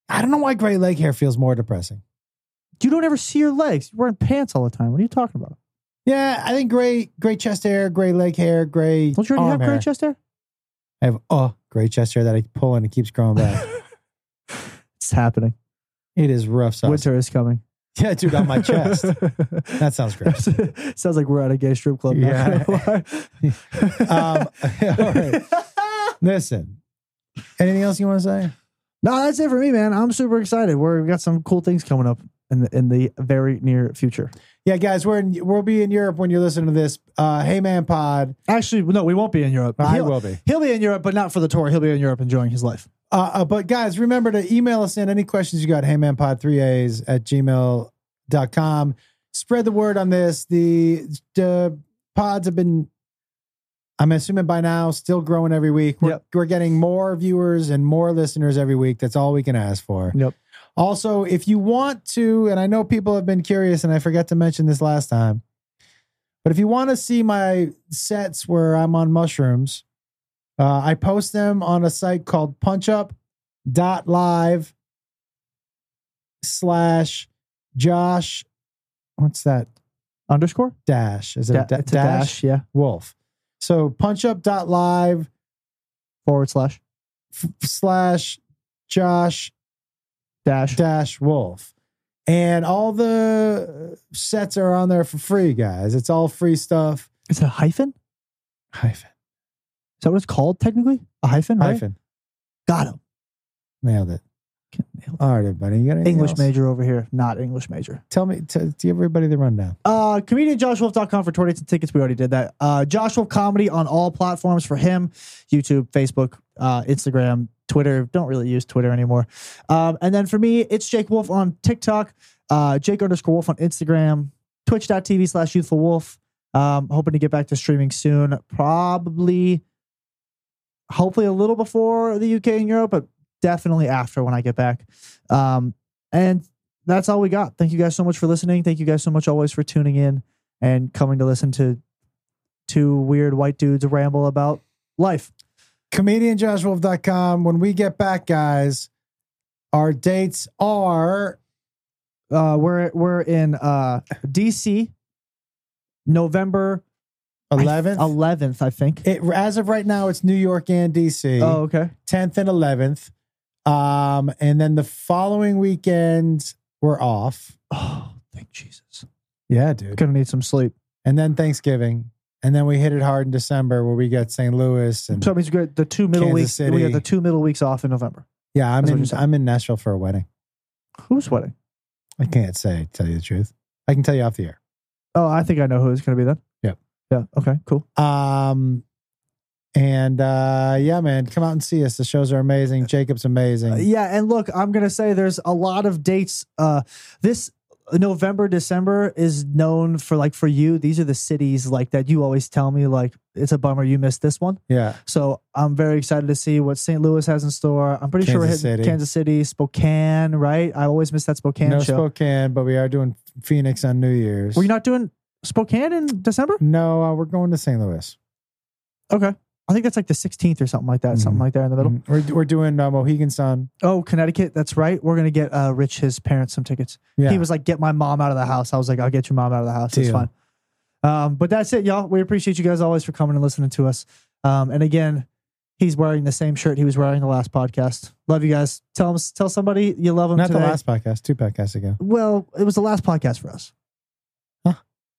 I don't know why gray leg hair feels more depressing.
You don't ever see your legs. You're wearing pants all the time. What are you talking about?
Yeah, I think gray, gray chest hair, gray leg hair, gray.
Don't you
arm
already have gray
hair.
chest hair?
I have oh, gray chest hair that I pull and it keeps growing back. [LAUGHS]
It's happening.
it is rough. Sauce.
Winter is coming.
Yeah, dude, on my
[LAUGHS]
chest. That sounds [LAUGHS] great.
Sounds like we're at a gay strip club. now.
Yeah.
[LAUGHS]
Um, [LAUGHS]
um,
all right. Listen, anything else you want to say?
No, that's it for me, man. I'm super excited. We're, we've got some cool things coming up in the, in the very near future.
Yeah, guys, we're in, we'll be in Europe when you're listening to this. Uh, hey, man, pod.
Actually, no, we won't be in Europe.
I
he'll,
will be.
he'll be in Europe, but not for the tour. He'll be in Europe enjoying his life.
Uh, uh, but guys, remember to email us in any questions you got, heymanpod3as at gmail.com. Spread the word on this. The, the pods have been, I'm assuming by now, still growing every week. We're,
Yep.
we're getting more viewers and more listeners every week. That's all we can ask for.
Yep.
Also, if you want to, and I know people have been curious, and I forgot to mention this last time, but if you want to see my sets where I'm on mushrooms, uh, I post them on a site called punchup.live slash Josh. What's that?
Underscore?
Dash. Is it a
Da-
da-
it's a
dash?
yeah.
Wolf. So punchup.live
Forward slash
f- slash Josh
dash.
dash wolf. And all the sets are on there for free, guys. It's all free stuff.
Is it a hyphen? Is
Hyphen.
that what it's called technically? A hyphen? Right?
Hyphen.
Got him.
Nailed it. All right, everybody. You got anything
English
else?
major over here, not English major.
Tell me, t- give everybody the rundown.
Uh, comedianjoshwolf.com for tour dates and tickets. We already did that. Uh, Josh Wolf comedy on all platforms for him YouTube, Facebook, uh, Instagram, Twitter. Don't really use Twitter anymore. Um, and then for me, it's Jake Wolf on TikTok, uh, Jake underscore Wolf on Instagram, twitch.tv slash youthful wolf. Um, hoping to get back to streaming soon. Probably, hopefully, a little before the UK and Europe, but definitely after when I get back. Um, and that's all we got. Thank you guys so much for listening. Thank you guys so much always for tuning in and coming to listen to two weird white dudes ramble about life.
comedianjoshwolf.com. When we get back, guys, our dates are
Uh, we're we're in uh, DC, November
11th.
eleventh, I think.
It, as of right now, it's New York and DC,
Oh, okay.
10th and 11th. Um, and then the following weekend, we're off.
Oh, thank Jesus.
Yeah, dude.
Gonna need some sleep.
And then Thanksgiving. And then we hit it hard in December where we got St. Louis. And
So that means we got the two middle
Kansas
weeks. We
City.
got the two middle weeks off in November.
yeah, I'm
That's what
in,
you said.
I'm in Nashville for a wedding.
Who's wedding?
I can't say, tell you the truth. I can tell you off the air.
Oh, I think I know who it's gonna be then.
Yep.
Yeah. Okay. Cool.
Um, and uh, yeah, man, come out and see us. The shows are amazing. Jacob's amazing.
Uh, yeah, and look, I'm gonna say there's a lot of dates. Uh, this November, December is known for like for you. These are the cities like that you always tell me like it's a bummer you missed this one.
yeah,
So I'm very excited to see what St. Louis has in store. I'm pretty sure we're
Kansas
hitting
City.
Kansas City, Spokane, right? I always miss that Spokane
no
show.
Spokane, but we are doing Phoenix on New Year's.
Were you not doing Spokane in December?
No, uh, we're going to St. Louis.
Okay. I think that's like the 16th or something like that, something
Mhm.
like there in the middle.
Mm, We're we're doing uh, Mohegan Sun.
Oh, Connecticut, that's right. We're gonna get uh, Rich his parents some tickets.
Yeah,
He was like, "Get my mom out of the house." I was like, "I'll get your mom out of the house. It's
Deal.
fine." Um, but that's it, y'all. We appreciate you guys always for coming and listening to us. Um, and again, He's wearing the same shirt he was wearing the last podcast. Love you guys. Tell him, tell somebody you love him.
Not
today.
the last podcast, two podcasts ago.
Well, it was the last podcast for us.
Huh?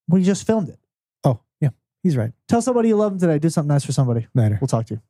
We just filmed it.
Oh, yeah. He's right.
Tell somebody you love them today. Do something nice for somebody.
Later.
We'll talk to you.